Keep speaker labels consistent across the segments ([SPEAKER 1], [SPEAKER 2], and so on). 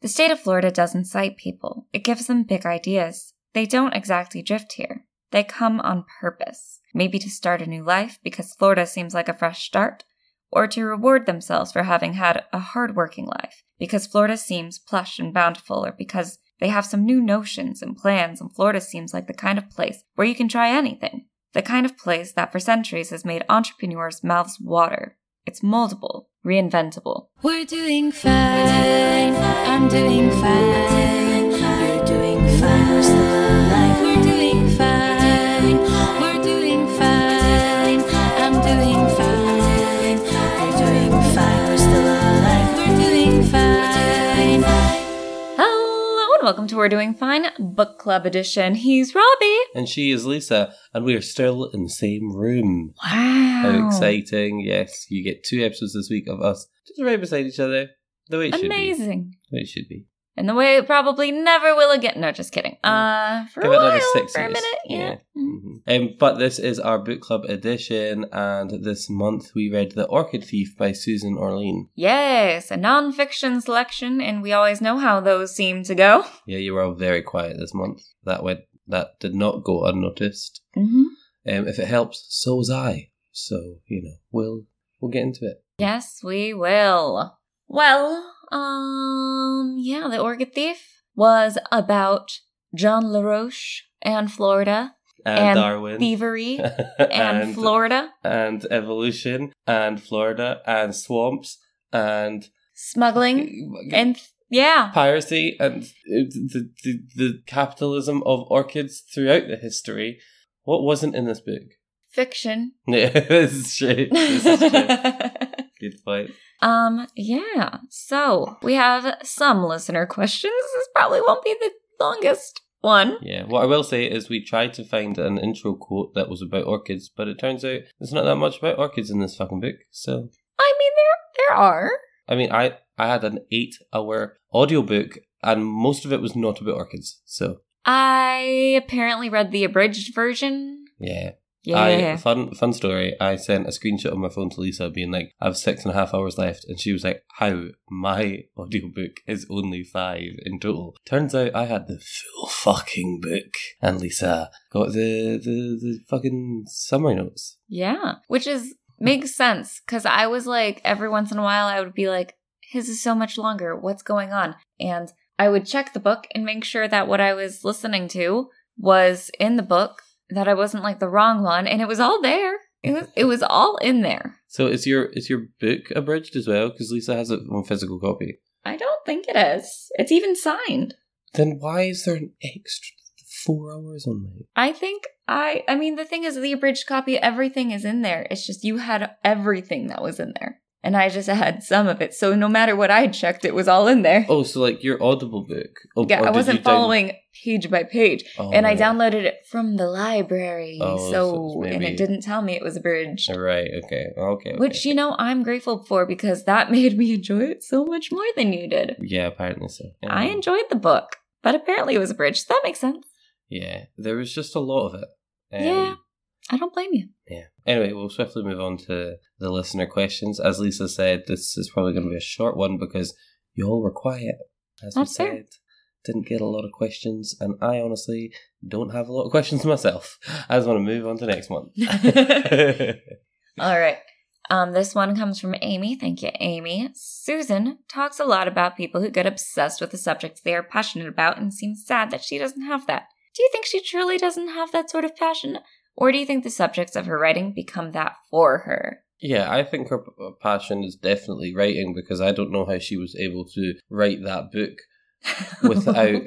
[SPEAKER 1] The state of Florida does incite people, it gives them big ideas. They don't exactly drift here, they come on purpose, maybe to start a new life because Florida seems like a fresh start, or to reward themselves for having had a hard working life because Florida seems plush and bountiful, or because they have some new notions and plans, and Florida seems like the kind of place where you can try anything. The kind of place that for centuries has made entrepreneurs' mouths water. It's moldable, reinventable.
[SPEAKER 2] We're doing fine. I'm doing fine. You're doing fine. We're still alive. We're doing fine. We're doing fine. I'm doing fine. You're doing fine. We're still alive. We're doing fine.
[SPEAKER 1] Hello, and welcome to We're Doing Fine Book Club Edition. He's Robbie.
[SPEAKER 3] And she is Lisa, and we are still in the same room.
[SPEAKER 1] Wow.
[SPEAKER 3] How exciting. Yes, you get two episodes this week of us just right beside each other. The way it should be.
[SPEAKER 1] Amazing.
[SPEAKER 3] The way it should be.
[SPEAKER 1] And the way it probably never will again. No, just kidding. Uh, for
[SPEAKER 3] Mm. Give
[SPEAKER 1] a
[SPEAKER 3] it
[SPEAKER 1] while,
[SPEAKER 3] another six
[SPEAKER 1] for a
[SPEAKER 3] years.
[SPEAKER 1] minute. Yeah. Mm.
[SPEAKER 3] Mhm. Um, but this is our book club edition, and this month we read The Orchid Thief by Susan Orlean.
[SPEAKER 1] Yes, a nonfiction selection, and we always know how those seem to go.
[SPEAKER 3] Yeah, you were all very quiet this month. That went that did not go unnoticed.
[SPEAKER 1] Mm-hmm.
[SPEAKER 3] Um, if it helps, so was I. So, you know, we'll we'll get into it.
[SPEAKER 1] Yes, we will. Well, um, yeah, The Orchid Thief was about John LaRoche and Florida,
[SPEAKER 3] And,
[SPEAKER 1] And
[SPEAKER 3] Darwin.
[SPEAKER 1] thievery, and,
[SPEAKER 3] and
[SPEAKER 1] Florida,
[SPEAKER 3] and evolution and Florida and swamps and
[SPEAKER 1] smuggling, and th- yeah,
[SPEAKER 3] piracy and the, the the capitalism of orchids throughout the history. What wasn't in this book?
[SPEAKER 1] fiction.
[SPEAKER 3] Yeah, this is true. This is true. Good point.
[SPEAKER 1] um, yeah, so we have some listener questions. This probably won't be the longest one.
[SPEAKER 3] Yeah, what I will say is we tried to find an intro quote that was about orchids, but it turns out there's not that much about orchids in this fucking book. So,
[SPEAKER 1] I mean, there there are.
[SPEAKER 3] I mean, I I had an eight-hour audiobook, and most of it was not about orchids. So,
[SPEAKER 1] I apparently read the abridged version.
[SPEAKER 3] yeah.
[SPEAKER 1] Yeah.
[SPEAKER 3] I fun fun story. I sent a screenshot on my phone to Lisa, being like, "I have six and a half hours left," and she was like, "How my audiobook is only five in total." Turns out I had the full fucking book, and Lisa got the the, the fucking summary notes.
[SPEAKER 1] Yeah, which is makes sense because I was like every once in a while I would be like, "His is so much longer. What's going on?" And I would check the book and make sure that what I was listening to was in the book, that I wasn't like the wrong one, and it was all there. It was it was all in there.
[SPEAKER 3] So is your is your book abridged as well? Because Lisa has it on physical copy.
[SPEAKER 1] I don't think it is. It's even signed.
[SPEAKER 3] Then why is there an extra four hours on mine?
[SPEAKER 1] I think I I mean the thing is the abridged copy everything is in there. It's just you had everything that was in there. And I just had some of it. So no matter what I checked, it was all in there.
[SPEAKER 3] Oh, so like your Audible book? Oh,
[SPEAKER 1] Yeah,
[SPEAKER 3] or
[SPEAKER 1] I
[SPEAKER 3] did
[SPEAKER 1] wasn't
[SPEAKER 3] you down-
[SPEAKER 1] following page by page.
[SPEAKER 3] Oh,
[SPEAKER 1] and I
[SPEAKER 3] right.
[SPEAKER 1] downloaded it from the library.
[SPEAKER 3] Oh, so
[SPEAKER 1] so,
[SPEAKER 3] it's
[SPEAKER 1] and
[SPEAKER 3] maybe-
[SPEAKER 1] it didn't tell me it was abridged.
[SPEAKER 3] Right. Okay. Okay. okay.
[SPEAKER 1] Which, you know, I'm grateful for because that made me enjoy it so much more than you did.
[SPEAKER 3] Yeah, apparently so.
[SPEAKER 1] I
[SPEAKER 3] Um,
[SPEAKER 1] enjoyed the book, but apparently it was abridged. So that makes sense.
[SPEAKER 3] Yeah, there was just a lot of it.
[SPEAKER 1] Yeah. I don't blame you.
[SPEAKER 3] Yeah. Anyway, we'll swiftly move on to the listener questions. As Lisa said, this is probably going to be a short one because you all were quiet. As
[SPEAKER 1] That's
[SPEAKER 3] we
[SPEAKER 1] fair.
[SPEAKER 3] said, didn't get a lot of questions, and I honestly don't have a lot of questions myself. I just want to move on to next one.
[SPEAKER 1] All right. Um, this one comes from Amy. Thank you, Amy. Susan talks a lot about people who get obsessed with the subjects they are passionate about and seems sad that she doesn't have that. Do you think she truly doesn't have that sort of passion? Or do you think the subjects of her writing become that for her?
[SPEAKER 3] yeah, I think her p- passion is definitely writing because I don't know how she was able to write that book without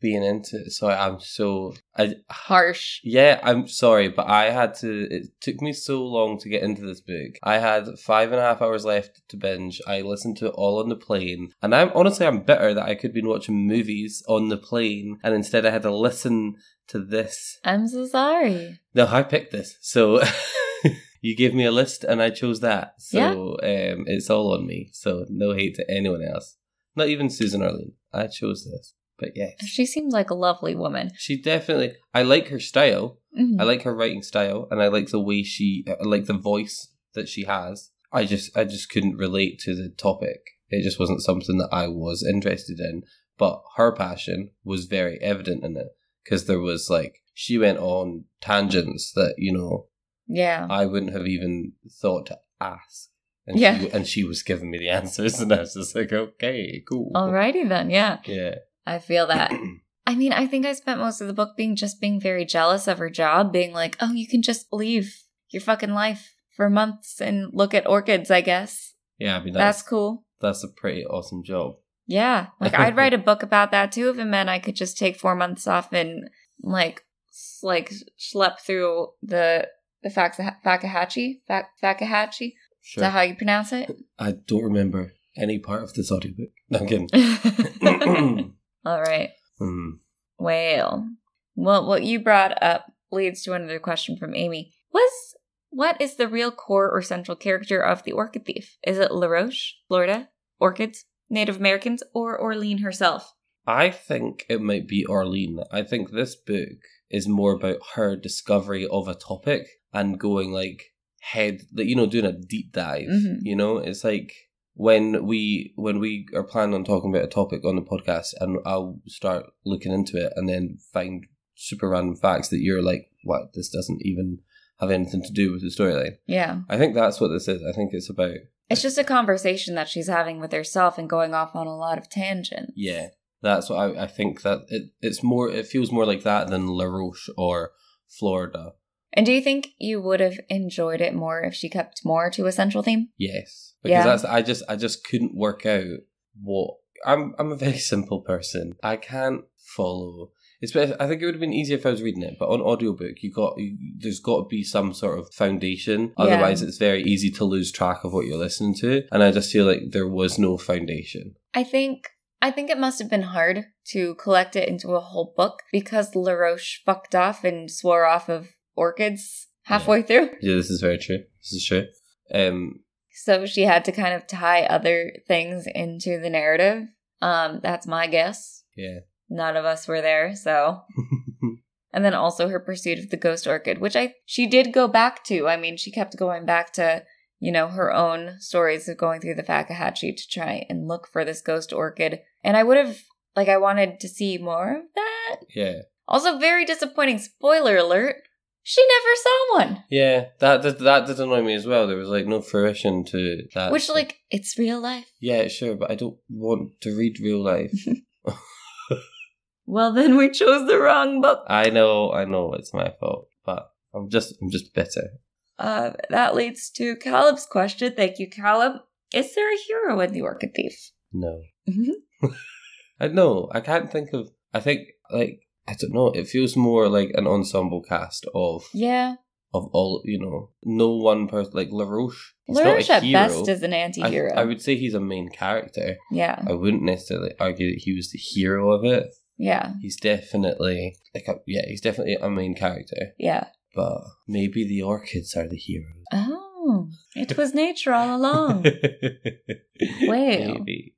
[SPEAKER 3] being into it. So I'm so I
[SPEAKER 1] Harsh.
[SPEAKER 3] Yeah, I'm sorry, but I had to. It took me so long to get into this book. I had five and a half hours left to binge. I listened to it all on the plane, and I'm honestly I'm bitter that I could have been watching movies on the plane, and instead I had to listen to this.
[SPEAKER 1] I'm so sorry.
[SPEAKER 3] No, I picked this, so you gave me a list, and I chose that. So
[SPEAKER 1] Yeah.
[SPEAKER 3] um, it's all on me. So no hate to anyone else, not even Susan Arlene. I chose this, but yes,
[SPEAKER 1] She seems like a lovely woman.
[SPEAKER 3] she definitely. I like her style.
[SPEAKER 1] Mhm.
[SPEAKER 3] I like her writing style, and I like the way uh, she, I like the voice that she has. I just, I just couldn't relate to the topic. It just wasn't something that I was interested in. But her passion was very evident in it because there was like, she went on tangents that, you know,
[SPEAKER 1] Yeah.
[SPEAKER 3] I wouldn't have even thought to ask. And
[SPEAKER 1] Yeah.
[SPEAKER 3] She, and she was giving me the answers, and I was just like, okay, cool.
[SPEAKER 1] Alrighty then. Yeah.
[SPEAKER 3] Yeah.
[SPEAKER 1] I feel that. I mean, I think I spent most of the book being just being very jealous of her job, being like, oh, you can just leave your fucking life for months and look at orchids, I guess.
[SPEAKER 3] Yeah, I mean,
[SPEAKER 1] That's,
[SPEAKER 3] that's,
[SPEAKER 1] cool.
[SPEAKER 3] that's a pretty awesome job.
[SPEAKER 1] Yeah. Like, I'd write a book about that too if it meant I could just take four months off and, like, s- like schlep through the the Faxa- Fakahatchee. Fak- Fakahatchee? Is
[SPEAKER 3] Sure.
[SPEAKER 1] that how you pronounce it?
[SPEAKER 3] I don't remember any part of this audiobook. No, I'm kidding.
[SPEAKER 1] All right.
[SPEAKER 3] Hmm.
[SPEAKER 1] Well, well, what you brought up leads to another question from Amy. Was what is the real core or central character of the orchid thief? Is it LaRoche, Florida, orchids, Native Americans, or Orlean herself?
[SPEAKER 3] I think it might be Arlene. I think this book is more about her discovery of a topic and going like head, like, you know, doing a deep dive.
[SPEAKER 1] Mhm.
[SPEAKER 3] You know, it's like when we when we are planning on talking about a topic on the podcast, and I'll start looking into it and then find super random facts that you're like, what? This doesn't even have anything to do with the storyline.
[SPEAKER 1] Yeah.
[SPEAKER 3] I think that's what this is. I think it's about
[SPEAKER 1] It's just a conversation that she's having with herself and going off on a lot of tangents.
[SPEAKER 3] Yeah, that's what I, I think that it, it's more. It feels more like that than La Roche or Florida.
[SPEAKER 1] And do you think you would have enjoyed it more if she kept more to a central theme?
[SPEAKER 3] Yes, because
[SPEAKER 1] Yeah.
[SPEAKER 3] that's I just I just couldn't work out what I'm. I'm a very simple person. I can't follow. It's, I think it would have been easier if I was reading it, but on audiobook you got you, there's got to be some sort of foundation.
[SPEAKER 1] Yeah.
[SPEAKER 3] Otherwise, it's very easy to lose track of what you're listening to, and I just feel like there was no foundation.
[SPEAKER 1] I think I think it must have been hard to collect it into a whole book because LaRoche fucked off and swore off of orchids halfway through.
[SPEAKER 3] Yeah, this is very true. This is true. Um,
[SPEAKER 1] So she had to kind of tie other things into the narrative. Um, that's my guess.
[SPEAKER 3] yeah.
[SPEAKER 1] None of us were there, so and then also her pursuit of the ghost orchid, which I she did go back to. I mean, she kept going back to you know her own stories of going through the Fakahatchee to try and look for this ghost orchid, and I would have like I wanted to see more of that.
[SPEAKER 3] yeah.
[SPEAKER 1] Also, very disappointing. Spoiler alert: she never saw one.
[SPEAKER 3] Yeah, that did, that did annoy me as well. There was like no fruition to that.
[SPEAKER 1] Which, like, it's real life.
[SPEAKER 3] yeah, sure, but I don't want to read real life.
[SPEAKER 1] Well, then we chose the wrong book.
[SPEAKER 3] I know, I know, it's my fault, but I'm just, I'm just bitter.
[SPEAKER 1] Uh, that leads to Caleb's question. Thank you, Caleb. Is there a hero in the Orchid Thief?
[SPEAKER 3] No,
[SPEAKER 1] Mhm.
[SPEAKER 3] I know, I can't think of. I think like I don't know. It feels more like an ensemble cast of
[SPEAKER 1] Yeah,
[SPEAKER 3] of all you know. No one person like Laroche. He's
[SPEAKER 1] Lurch
[SPEAKER 3] not a
[SPEAKER 1] at
[SPEAKER 3] hero.
[SPEAKER 1] best is an
[SPEAKER 3] I-
[SPEAKER 1] anti-hero.
[SPEAKER 3] I would say he's a main character.
[SPEAKER 1] yeah,
[SPEAKER 3] I wouldn't necessarily argue that he was the hero of it.
[SPEAKER 1] yeah,
[SPEAKER 3] He's definitely like a, yeah, he's definitely a main character.
[SPEAKER 1] yeah.
[SPEAKER 3] But maybe the orchids are the heroes.
[SPEAKER 1] Oh, it was nature all along. Well.
[SPEAKER 3] Maybe.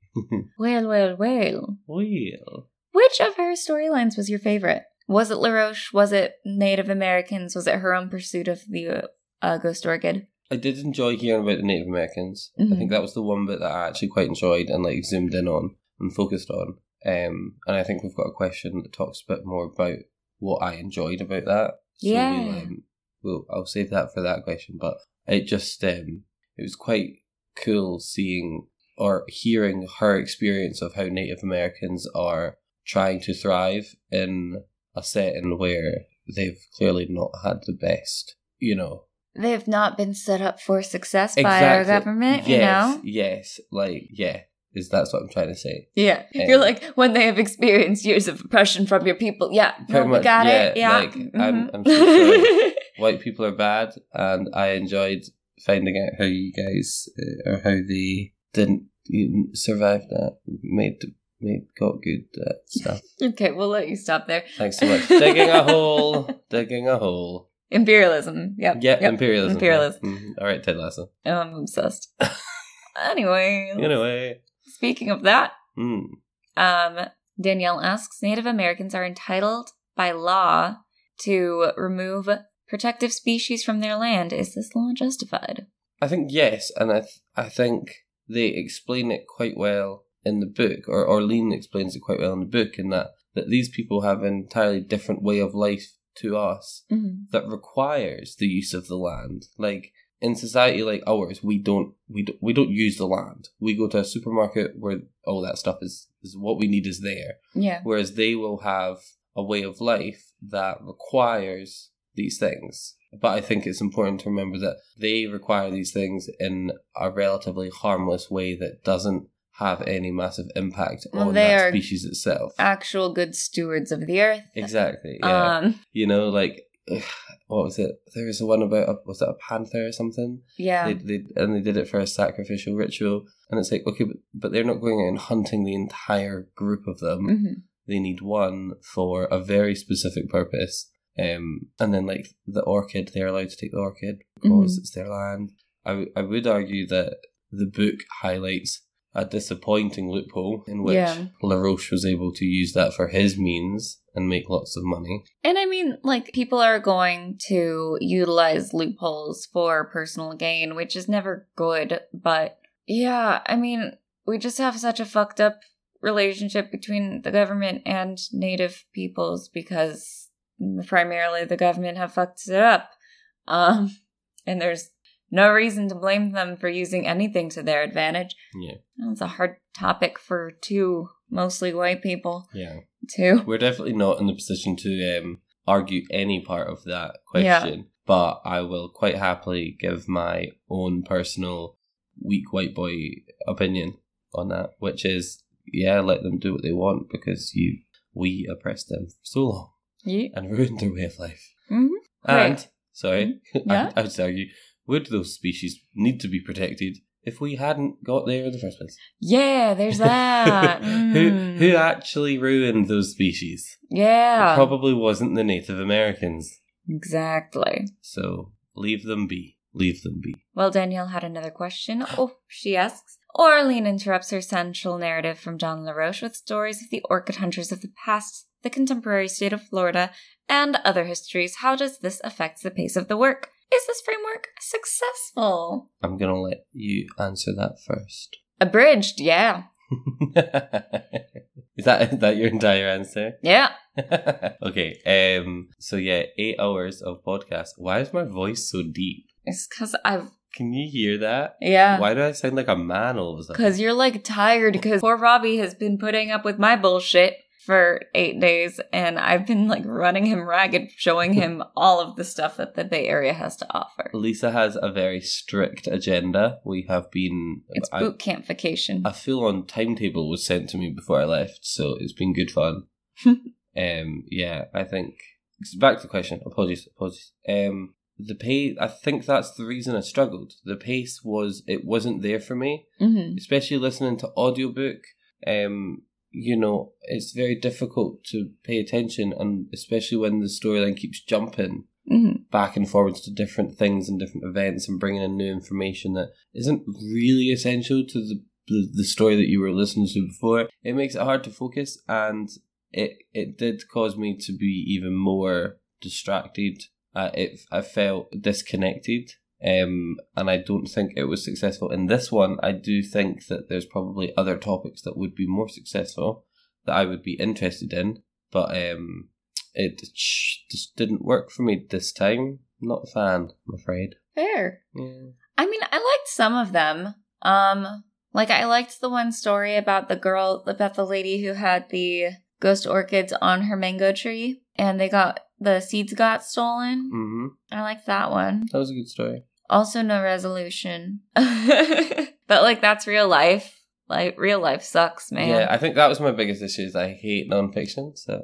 [SPEAKER 1] well, well, well.
[SPEAKER 3] well.
[SPEAKER 1] Which of her storylines was your favorite? Was it LaRoche? Was it Native Americans? Was it her own pursuit of the uh, ghost orchid?
[SPEAKER 3] I did enjoy hearing about the Native Americans. I
[SPEAKER 1] Mhm.
[SPEAKER 3] think that was the one bit that I actually quite enjoyed and like zoomed in on and focused on. Um, and I think we've got a question that talks a bit more about what I enjoyed about that.
[SPEAKER 1] Yeah.
[SPEAKER 3] We'll, um, we'll, I'll save that for that question, but it just um, it was quite cool seeing or hearing her experience of how Native Americans are trying to thrive in a setting where they've clearly not had the best, you know,
[SPEAKER 1] They have not been set up for success by our
[SPEAKER 3] Exactly.
[SPEAKER 1] government, you
[SPEAKER 3] yes,
[SPEAKER 1] know?
[SPEAKER 3] Yes, like yeah, is that's what I'm trying to say.
[SPEAKER 1] Yeah. You're like, when they have experienced years of oppression from your people. Yeah.
[SPEAKER 3] Pretty
[SPEAKER 1] No, we
[SPEAKER 3] much,
[SPEAKER 1] got it.
[SPEAKER 3] yeah,
[SPEAKER 1] Yeah.
[SPEAKER 3] like, I'm-
[SPEAKER 1] Mhm.
[SPEAKER 3] I'm so sorry. White people are bad, and I enjoyed finding out how you guys uh, or how they didn't you survive that, made made got good at stuff.
[SPEAKER 1] okay, we'll let you stop there.
[SPEAKER 3] Thanks so much. digging a hole, digging a hole.
[SPEAKER 1] Imperialism. Yep.
[SPEAKER 3] Yeah,
[SPEAKER 1] Yep.
[SPEAKER 3] imperialism.
[SPEAKER 1] imperialism.
[SPEAKER 3] Mhm. All right, Ted Lasso.
[SPEAKER 1] Oh, I'm obsessed. anyway,
[SPEAKER 3] Anyway,
[SPEAKER 1] speaking of that,
[SPEAKER 3] mm.
[SPEAKER 1] Um, Danielle asks Native Americans are entitled by law to remove protective species from their land. Is this law justified?
[SPEAKER 3] I think yes, and I th- I think they explain it quite well in the book, or Orlean explains it quite well in the book, in that that these people have an entirely different way of life to us
[SPEAKER 1] Mm-hmm.
[SPEAKER 3] that requires the use of the land. Like in society like ours, we don't we don't, we don't use the land. We go to a supermarket where all that stuff is is what we need is there
[SPEAKER 1] Yeah.
[SPEAKER 3] whereas they will have a way of life that requires these things. But I think it's important to remember that they require these things in a relatively harmless way that doesn't have any massive impact
[SPEAKER 1] Well,
[SPEAKER 3] on
[SPEAKER 1] they
[SPEAKER 3] that
[SPEAKER 1] are- Uh,
[SPEAKER 3] species itself.
[SPEAKER 1] Actual good stewards of the earth.
[SPEAKER 3] exactly. Yeah.
[SPEAKER 1] Um.
[SPEAKER 3] you know, like what was it? There was one about a, was it a panther or something?
[SPEAKER 1] Yeah.
[SPEAKER 3] They, they and they did it for a sacrificial ritual, and it's like okay, but, but they're not going out and hunting the entire group of them
[SPEAKER 1] hmm
[SPEAKER 3] they need one for a very specific purpose. Um, and then like the orchid, they're allowed to take the orchid because it's their land. I, w- I would argue that the book highlights a disappointing loophole in which
[SPEAKER 1] Yeah.
[SPEAKER 3] LaRoche was able to use that for his means and make lots of money.
[SPEAKER 1] And I mean, like, people are going to utilize loopholes for personal gain, which is never good. But yeah, I mean, we just have such a fucked up relationship between the government and native peoples because primarily the government have fucked it up. Um, and there's no reason to blame them for using anything to their advantage.
[SPEAKER 3] Yeah.
[SPEAKER 1] That's a hard topic for two mostly white people
[SPEAKER 3] Yeah.
[SPEAKER 1] to
[SPEAKER 3] We're definitely not in the position to um, argue any part of that question, but I will quite happily give my own personal weak white boy opinion on that, which is yeah, let them do what they want because you we oppressed them for so long
[SPEAKER 1] Yeah.
[SPEAKER 3] and ruined their way of life.
[SPEAKER 1] Mhm.
[SPEAKER 3] And
[SPEAKER 1] Right.
[SPEAKER 3] sorry,
[SPEAKER 1] Mm-hmm. Yeah.
[SPEAKER 3] I, I would argue, would those species need to be protected if we hadn't got there in the first place?
[SPEAKER 1] Yeah, there's that.
[SPEAKER 3] who
[SPEAKER 1] Mm.
[SPEAKER 3] who actually ruined those species?
[SPEAKER 1] Yeah.
[SPEAKER 3] It probably wasn't the Native Americans.
[SPEAKER 1] exactly.
[SPEAKER 3] So leave them be. Leave them be.
[SPEAKER 1] Well, Danielle had another question. Oh, she asks. Orlean interrupts her central narrative from John LaRoche with stories of the orchid hunters of the past, the contemporary state of Florida, and other histories. How does this affect the pace of the work? Is this framework successful?
[SPEAKER 3] I'm going to let you answer that first.
[SPEAKER 1] Abridged, yeah.
[SPEAKER 3] is that is that your entire answer?
[SPEAKER 1] Yeah.
[SPEAKER 3] okay. Um so yeah, 8 hours of podcast. Why is my voice so deep?
[SPEAKER 1] It's because I've,
[SPEAKER 3] Can you hear that?
[SPEAKER 1] yeah.
[SPEAKER 3] Why do I sound like a man all of a sudden?
[SPEAKER 1] Because you're like tired because poor Robbie has been putting up with my bullshit for eight days and I've been like running him ragged, showing him all of the stuff that the Bay Area has to offer.
[SPEAKER 3] Lisa has a very strict agenda. We have been
[SPEAKER 1] It's
[SPEAKER 3] I,
[SPEAKER 1] boot camp vacation.
[SPEAKER 3] a full on timetable was sent to me before I left, so it's been good fun. um, yeah, I think back to the question. Apologies, apologies. Um, the pace. I think that's the reason I struggled. The pace was it wasn't there for me,
[SPEAKER 1] hmm
[SPEAKER 3] especially listening to audiobook. Um, you know, it's very difficult to pay attention, and especially when the storyline keeps jumping
[SPEAKER 1] hmm
[SPEAKER 3] back and forwards to different things and different events and bringing in new information that isn't really essential to the, the, the story that you were listening to before. It makes it hard to focus and it, it did cause me to be even more distracted. Uh, it, I felt disconnected um, and I don't think it was successful. In this one, I do think that there's probably other topics that would be more successful that I would be interested in, but um, it sh- just didn't work for me this time. Not a fan, I'm afraid.
[SPEAKER 1] Fair.
[SPEAKER 3] Yeah.
[SPEAKER 1] I mean, I liked some of them. Um, like I liked the one story about the girl, about the lady who had the ghost orchids on her mango tree and they got, the seeds got stolen.
[SPEAKER 3] hmm
[SPEAKER 1] I liked that one.
[SPEAKER 3] That was a good story.
[SPEAKER 1] Also, no resolution. but like, that's real life. Like, real life sucks, man.
[SPEAKER 3] Yeah, I think that was my biggest issue is I hate nonfiction. So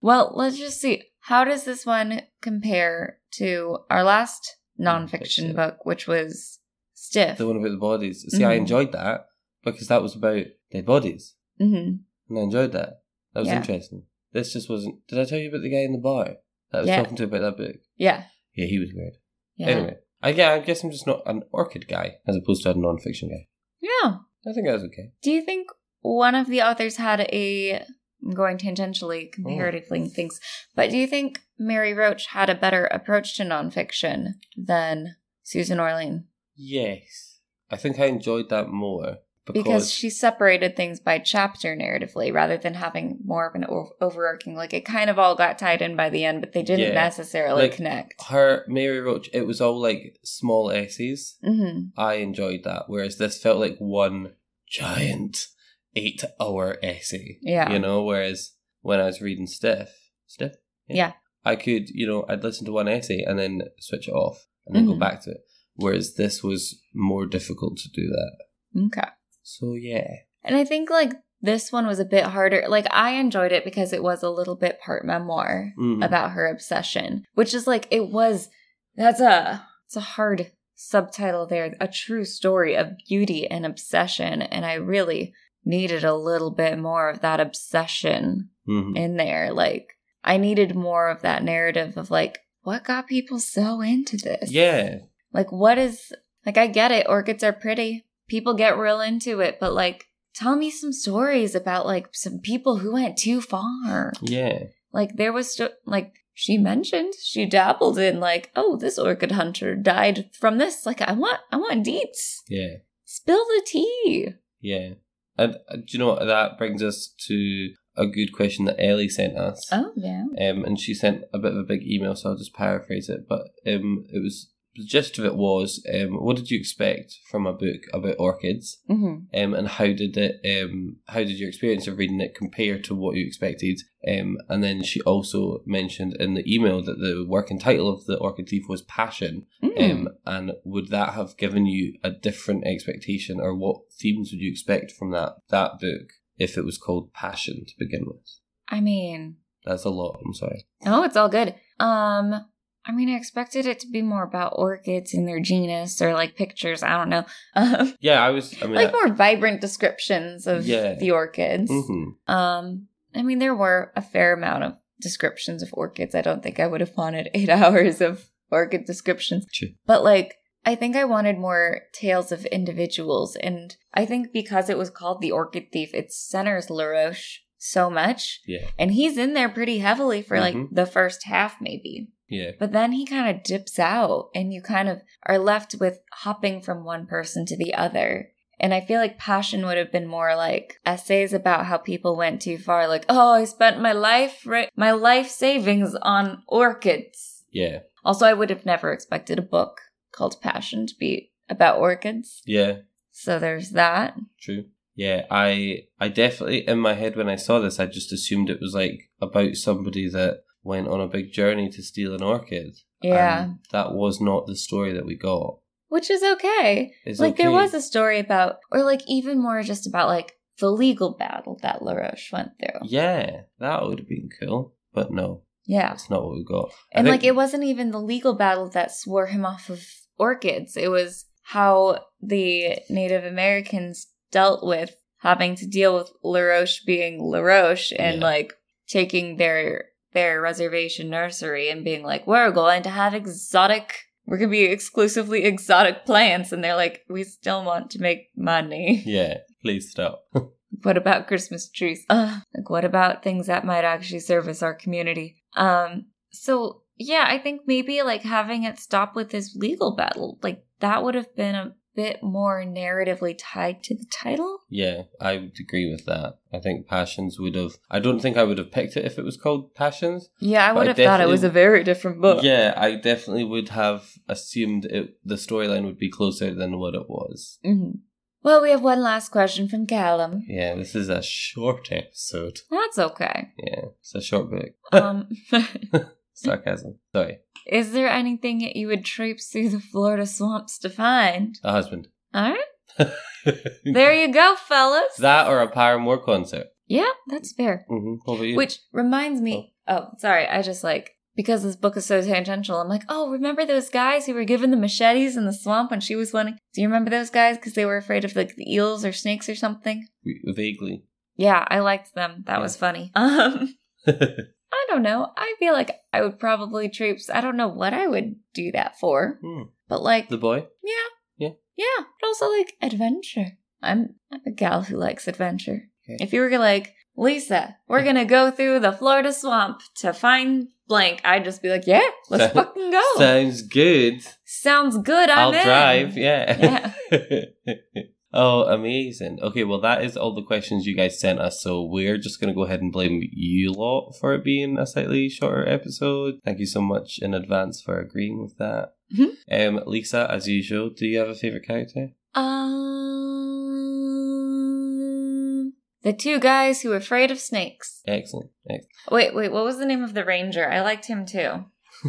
[SPEAKER 1] well, let's just see. How does this one compare to our last nonfiction
[SPEAKER 3] Nonfiction.
[SPEAKER 1] book, which was Stiff?
[SPEAKER 3] the one about the bodies. See, I
[SPEAKER 1] Mhm.
[SPEAKER 3] enjoyed that because that was about dead bodies,
[SPEAKER 1] hmm
[SPEAKER 3] and I enjoyed that. That was
[SPEAKER 1] Yeah.
[SPEAKER 3] interesting. This just wasn't. Did I tell you about the guy in the bar that I was
[SPEAKER 1] Yeah.
[SPEAKER 3] talking to about that book?
[SPEAKER 1] Yeah.
[SPEAKER 3] Yeah, he was weird.
[SPEAKER 1] Yeah.
[SPEAKER 3] Anyway, I, yeah, I guess I'm just not an orchid guy as opposed to a nonfiction guy.
[SPEAKER 1] Yeah.
[SPEAKER 3] I think that was okay.
[SPEAKER 1] Do you think one of the authors had a. I'm going tangentially, comparatively
[SPEAKER 3] Oh.
[SPEAKER 1] things, but do you think Mary Roach had a better approach to nonfiction than Susan Orlean?
[SPEAKER 3] Yes. I think I enjoyed that more because,
[SPEAKER 1] because she separated things by chapter narratively rather than having more of an o- overarching like it kind of all got tied in by the end but they didn't
[SPEAKER 3] Yeah.
[SPEAKER 1] necessarily
[SPEAKER 3] Like,
[SPEAKER 1] connect
[SPEAKER 3] her Mary Roach. It was all like small essays.
[SPEAKER 1] hmm
[SPEAKER 3] I enjoyed that, whereas this felt like one giant eight-hour essay.
[SPEAKER 1] yeah
[SPEAKER 3] You know, whereas when I was reading Stiff, Stiff,
[SPEAKER 1] Yeah.
[SPEAKER 3] I could, you know, I'd listen to one essay and then switch it off and then
[SPEAKER 1] Mhm.
[SPEAKER 3] go back to it. Whereas this was more difficult to do that.
[SPEAKER 1] okay
[SPEAKER 3] So yeah,
[SPEAKER 1] and i think like this one was a bit harder like i enjoyed it because it was a little bit part memoir
[SPEAKER 3] Mm.
[SPEAKER 1] about her obsession which is like it was that's a it's a hard subtitle there a true story of beauty and obsession and i really needed a little bit more of that obsession
[SPEAKER 3] Mhm.
[SPEAKER 1] in there. Like I needed more of that narrative of like what got people so into this.
[SPEAKER 3] yeah,
[SPEAKER 1] Like what is like I get it orchids are pretty. People get real into it, but like tell me some stories about like some people who went too far.
[SPEAKER 3] yeah.
[SPEAKER 1] Like there was sto- like she mentioned she dabbled in like oh this orchid hunter died from this like I want I want deets.
[SPEAKER 3] Yeah,
[SPEAKER 1] Spill the tea.
[SPEAKER 3] yeah. And uh, do you know what? That brings us to a good question that Ellie sent us.
[SPEAKER 1] Oh yeah.
[SPEAKER 3] Um, and she sent a bit of a big email, so I'll just paraphrase it. But um, it was the gist of it was um, what did you expect from a book about orchids?
[SPEAKER 1] Mhm.
[SPEAKER 3] Um, and how did it? Um, how did your experience of reading it compare to what you expected? Um, and then she also mentioned in the email that the working title of the orchid thief was Passion.
[SPEAKER 1] Mm.
[SPEAKER 3] Um, and would that have given you a different expectation, or what themes would you expect from that that book if it was called Passion to begin with?
[SPEAKER 1] I mean,
[SPEAKER 3] That's a lot. I'm sorry.
[SPEAKER 1] Oh, it's all good. Um, I mean, I expected it to be more about orchids and their genus or like pictures. I don't know, um,
[SPEAKER 3] Yeah, I was. I mean,
[SPEAKER 1] like more vibrant descriptions of
[SPEAKER 3] Yeah.
[SPEAKER 1] the orchids.
[SPEAKER 3] hmm
[SPEAKER 1] Um, I mean, there were a fair amount of descriptions of orchids. I don't think I would have wanted eight hours of orchid descriptions,
[SPEAKER 3] True.
[SPEAKER 1] but like. I think I wanted more tales of individuals, and I think because it was called The Orchid Thief, it centers LaRoche so much.
[SPEAKER 3] Yeah.
[SPEAKER 1] And he's in there pretty heavily for like
[SPEAKER 3] Mhm.
[SPEAKER 1] the first half, maybe.
[SPEAKER 3] yeah,
[SPEAKER 1] But then he kind of dips out, and you kind of are left with hopping from one person to the other. And I feel like passion would have been more like essays about how people went too far, like, oh, I spent my life, ri- my life savings on orchids.
[SPEAKER 3] yeah,
[SPEAKER 1] Also, I would have never expected a book called Passion to be about orchids.
[SPEAKER 3] yeah.
[SPEAKER 1] So there's that.
[SPEAKER 3] True. Yeah, I, I definitely in my head when I saw this, I just assumed it was like about somebody that went on a big journey to steal an orchid.
[SPEAKER 1] Yeah.
[SPEAKER 3] And that was not the story that we got.
[SPEAKER 1] Which is okay.
[SPEAKER 3] It's
[SPEAKER 1] like there
[SPEAKER 3] okay.
[SPEAKER 1] was a story about, or like even more just about like the legal battle that LaRoche went through.
[SPEAKER 3] Yeah, that would have been cool, but no.
[SPEAKER 1] Yeah.
[SPEAKER 3] That's not what we got. I
[SPEAKER 1] And
[SPEAKER 3] think-
[SPEAKER 1] like it wasn't even the legal battle that swore him off of orchids. It was how the Native Americans dealt with having to deal with LaRoche being LaRoche and
[SPEAKER 3] Yeah.
[SPEAKER 1] like taking their their reservation nursery and being like, We're going to have exotic we're gonna be exclusively exotic plants and they're like, We still want to make money.
[SPEAKER 3] yeah, please stop.
[SPEAKER 1] What about Christmas trees? Ugh. Like, what about things that might actually service our community? Um, so yeah, I think maybe like having it stop with this legal battle, like that would have been a bit more narratively tied to the title.
[SPEAKER 3] yeah, I would agree with that. I think Passions would have. I don't think I would have picked it if it was called Passions.
[SPEAKER 1] Yeah, I
[SPEAKER 3] But
[SPEAKER 1] would
[SPEAKER 3] I
[SPEAKER 1] have thought it
[SPEAKER 3] definitely-
[SPEAKER 1] was a very different book.
[SPEAKER 3] yeah, I definitely would have assumed it, the storyline would be closer than what it was.
[SPEAKER 1] Mhm. Well, we have one last question from Callum.
[SPEAKER 3] Yeah, this is a short episode.
[SPEAKER 1] That's okay.
[SPEAKER 3] Yeah, it's a short book.
[SPEAKER 1] Um,
[SPEAKER 3] Sarcasm. Sorry,
[SPEAKER 1] is there anything that you would traipse through the Florida swamps to find?
[SPEAKER 3] a husband.
[SPEAKER 1] All right, there you go, fellas.
[SPEAKER 3] that or a Paramore concert.
[SPEAKER 1] yeah, that's fair.
[SPEAKER 3] Mm-hmm. What about you?
[SPEAKER 1] Which reminds me, oh, sorry, I just like because this book is so tangential. I'm like, oh, remember those guys who were given the machetes in the swamp when she was winning? Do you remember those guys because they were afraid of like the eels or snakes or something?
[SPEAKER 3] Vaguely.
[SPEAKER 1] Yeah, I liked them. That was funny. Um, I don't know. I feel like I would probably traipse. I don't know what I would do that for,
[SPEAKER 3] Hmm.
[SPEAKER 1] but like,
[SPEAKER 3] The boy.
[SPEAKER 1] yeah, but also like adventure. I'm I'm a gal who likes adventure.
[SPEAKER 3] Okay.
[SPEAKER 1] If you were like, Lisa, we're going to go through the Florida swamp to find blank. I'd just be like, yeah, let's fucking go.
[SPEAKER 3] Sounds good.
[SPEAKER 1] Sounds good. Oh. I'm
[SPEAKER 3] I'll
[SPEAKER 1] in.
[SPEAKER 3] drive. Yeah.
[SPEAKER 1] Yeah.
[SPEAKER 3] oh, amazing. Okay, well, that is all the questions you guys sent us. So we're just going to go ahead and blame you lot for it being a slightly shorter episode. Thank you so much in advance for agreeing with that.
[SPEAKER 1] Mhm.
[SPEAKER 3] Um, Lisa, as usual, do you have a favorite character?
[SPEAKER 1] Um, the two guys who were afraid of snakes.
[SPEAKER 3] Excellent. Excellent.
[SPEAKER 1] Wait, wait, what was the name of the ranger? I liked him too.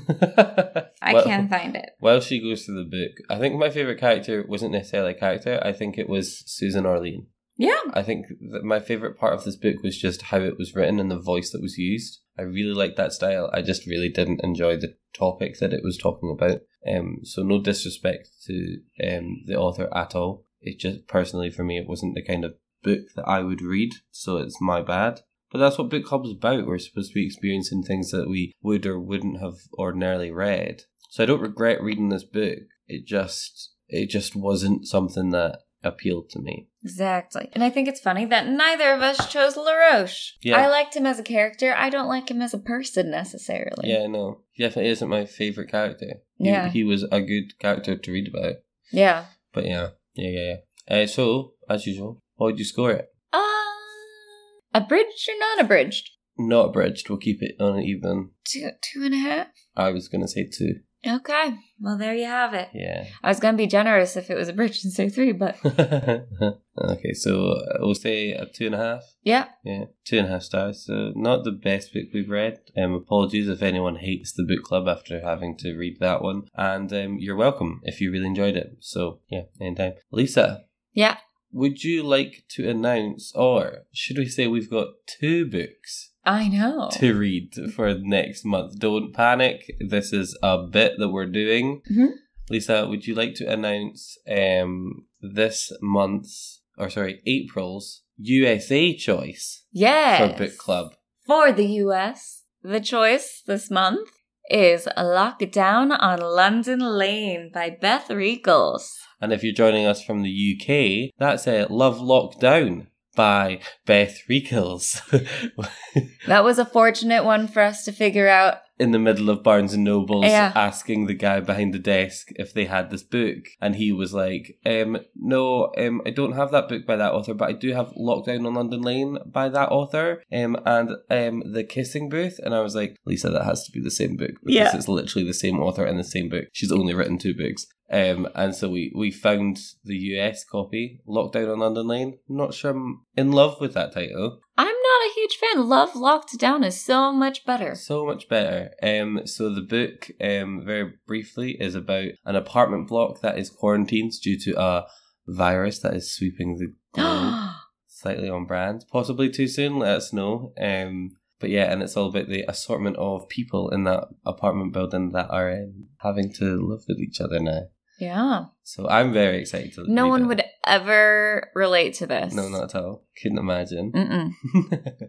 [SPEAKER 1] I
[SPEAKER 3] Well-
[SPEAKER 1] can't find it.
[SPEAKER 3] While she goes through the book, I think my favorite character wasn't necessarily a character. I think it was Susan Orlean.
[SPEAKER 1] Yeah.
[SPEAKER 3] I think that my favorite part of this book was just how it was written and the voice that was used. I really liked that style. I just really didn't enjoy the topic that it was talking about. Um, so no disrespect to um the author at all. It just personally for me, it wasn't the kind of book that I would read. So it's my bad. But that's what book club's about. We're supposed to be experiencing things that we would or wouldn't have ordinarily read. So I don't regret reading this book. It just it just wasn't something that appealed to me.
[SPEAKER 1] Exactly. And I think it's funny that neither of us chose LaRoche.
[SPEAKER 3] Yeah.
[SPEAKER 1] I liked him as a character. I don't like him as a person necessarily.
[SPEAKER 3] Yeah, no, he definitely isn't my favorite character. He,
[SPEAKER 1] Yeah.
[SPEAKER 3] he was a good character to read about.
[SPEAKER 1] Yeah.
[SPEAKER 3] But yeah, yeah, yeah, yeah. Uh, so as usual, how would you score it?
[SPEAKER 1] Uh, abridged or not abridged?
[SPEAKER 3] Not abridged. We'll keep it uneven.
[SPEAKER 1] Two, two and a half.
[SPEAKER 3] I was gonna say two.
[SPEAKER 1] Okay. Well, there you have it.
[SPEAKER 3] Yeah.
[SPEAKER 1] I was gonna be generous if it was abridged and say three, but
[SPEAKER 3] okay, so uh, we'll say a two and a half.
[SPEAKER 1] yeah,
[SPEAKER 3] Yeah, two and a half stars. So not the best book we've read. Um, apologies if anyone hates the book club after having to read that one. And um, you're welcome if you really enjoyed it. So yeah, anytime. Lisa.
[SPEAKER 1] Yeah.
[SPEAKER 3] Would you like to announce, or should we say we've got two books
[SPEAKER 1] I know.
[SPEAKER 3] to read for next month? Don't panic. This is a bit that we're doing.
[SPEAKER 1] Mhm.
[SPEAKER 3] Lisa, would you like to announce um this month's, or sorry, April's USA choice?
[SPEAKER 1] Yes.
[SPEAKER 3] for book club.
[SPEAKER 1] For the U.S., the choice this month is "Lockdown on London Lane" by Beth Regals.
[SPEAKER 3] And if you're joining us from the UK, that's a Love Lockdown by Beth Rickles
[SPEAKER 1] That was a fortunate one for us to figure out.
[SPEAKER 3] in the middle of Barnes and Nobles
[SPEAKER 1] Yeah.
[SPEAKER 3] asking the guy behind the desk if they had this book. And he was like, um, no, um, I don't have that book by that author, but I do have Lockdown on London Lane by that author um, and um, The Kissing Booth. And I was like, Lisa, that has to be the same book because
[SPEAKER 1] Yeah.
[SPEAKER 3] it's literally the same author and the same book. She's only written two books. Um, and so we, we found the US copy, Lockdown on London Lane. Not sure I'm in love with that title.
[SPEAKER 1] I'm not a huge fan. Love Locked Down is so much better.
[SPEAKER 3] So much better. Um, so the book, um, very briefly, is about an apartment block that is quarantined due to a virus that is sweeping the globe. Slightly on brand, possibly too soon. Let us know. Um, but yeah, and it's all about the assortment of people in that apartment building that are um, having to live with each other now.
[SPEAKER 1] yeah.
[SPEAKER 3] So I'm very excited. To
[SPEAKER 1] No
[SPEAKER 3] read
[SPEAKER 1] one
[SPEAKER 3] it.
[SPEAKER 1] would ever relate to this.
[SPEAKER 3] No, not at all. Couldn't imagine.
[SPEAKER 1] Mm-mm.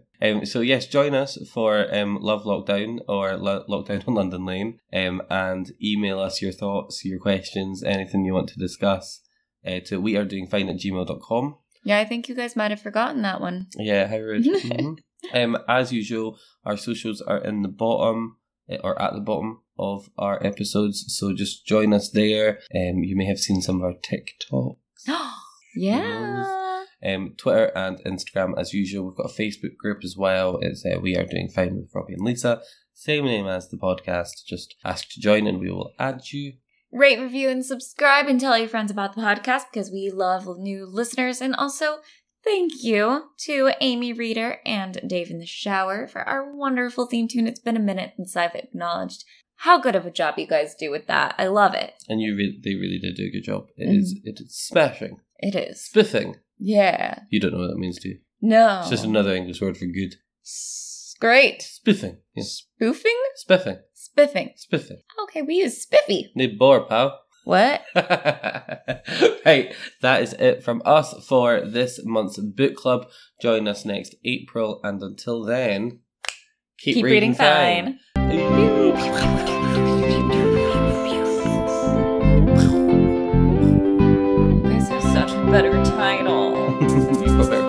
[SPEAKER 3] um, so yes, join us for um, Love Lockdown or Lo- Lockdown on London Lane, um, and email us your thoughts, your questions, anything you want to discuss uh, to we are doing fine at gmail.com.
[SPEAKER 1] Yeah, I think you guys might have forgotten that one.
[SPEAKER 3] Yeah, how rude. Mhm. um, as usual, our socials are in the bottom eh, or at the bottom of our episodes, so just join us there. Um, you may have seen some of our TikTok.
[SPEAKER 1] yeah.
[SPEAKER 3] um, Twitter and Instagram as usual. We've got a Facebook group as well. It's uh, we are doing fine with Robbie and Lisa. Same name as the podcast. Just ask to join and we will add you.
[SPEAKER 1] Rate, review, and subscribe, and tell your friends about the podcast because we love new listeners. And also, thank you to Amy Reader and Dave in the Shower for our wonderful theme tune. It's been a minute since I've acknowledged how good of a job you guys do with that. I love it.
[SPEAKER 3] And you, re- they really did do a good job. It is it is smashing,
[SPEAKER 1] It is.
[SPEAKER 3] spiffing.
[SPEAKER 1] Yeah.
[SPEAKER 3] You don't know what that means, do you?
[SPEAKER 1] No.
[SPEAKER 3] It's just another English word for good.
[SPEAKER 1] S- Great.
[SPEAKER 3] Spiffing, yes,
[SPEAKER 1] Spoofing?
[SPEAKER 3] spiffing,
[SPEAKER 1] Spiffing.
[SPEAKER 3] spiffing.
[SPEAKER 1] Okay, we use spiffy.
[SPEAKER 3] They bore pal.
[SPEAKER 1] What?
[SPEAKER 3] right, that is it from us for this month's book club. Join us next April, and until then, keep, fine.
[SPEAKER 1] This is such a better title.
[SPEAKER 3] You got better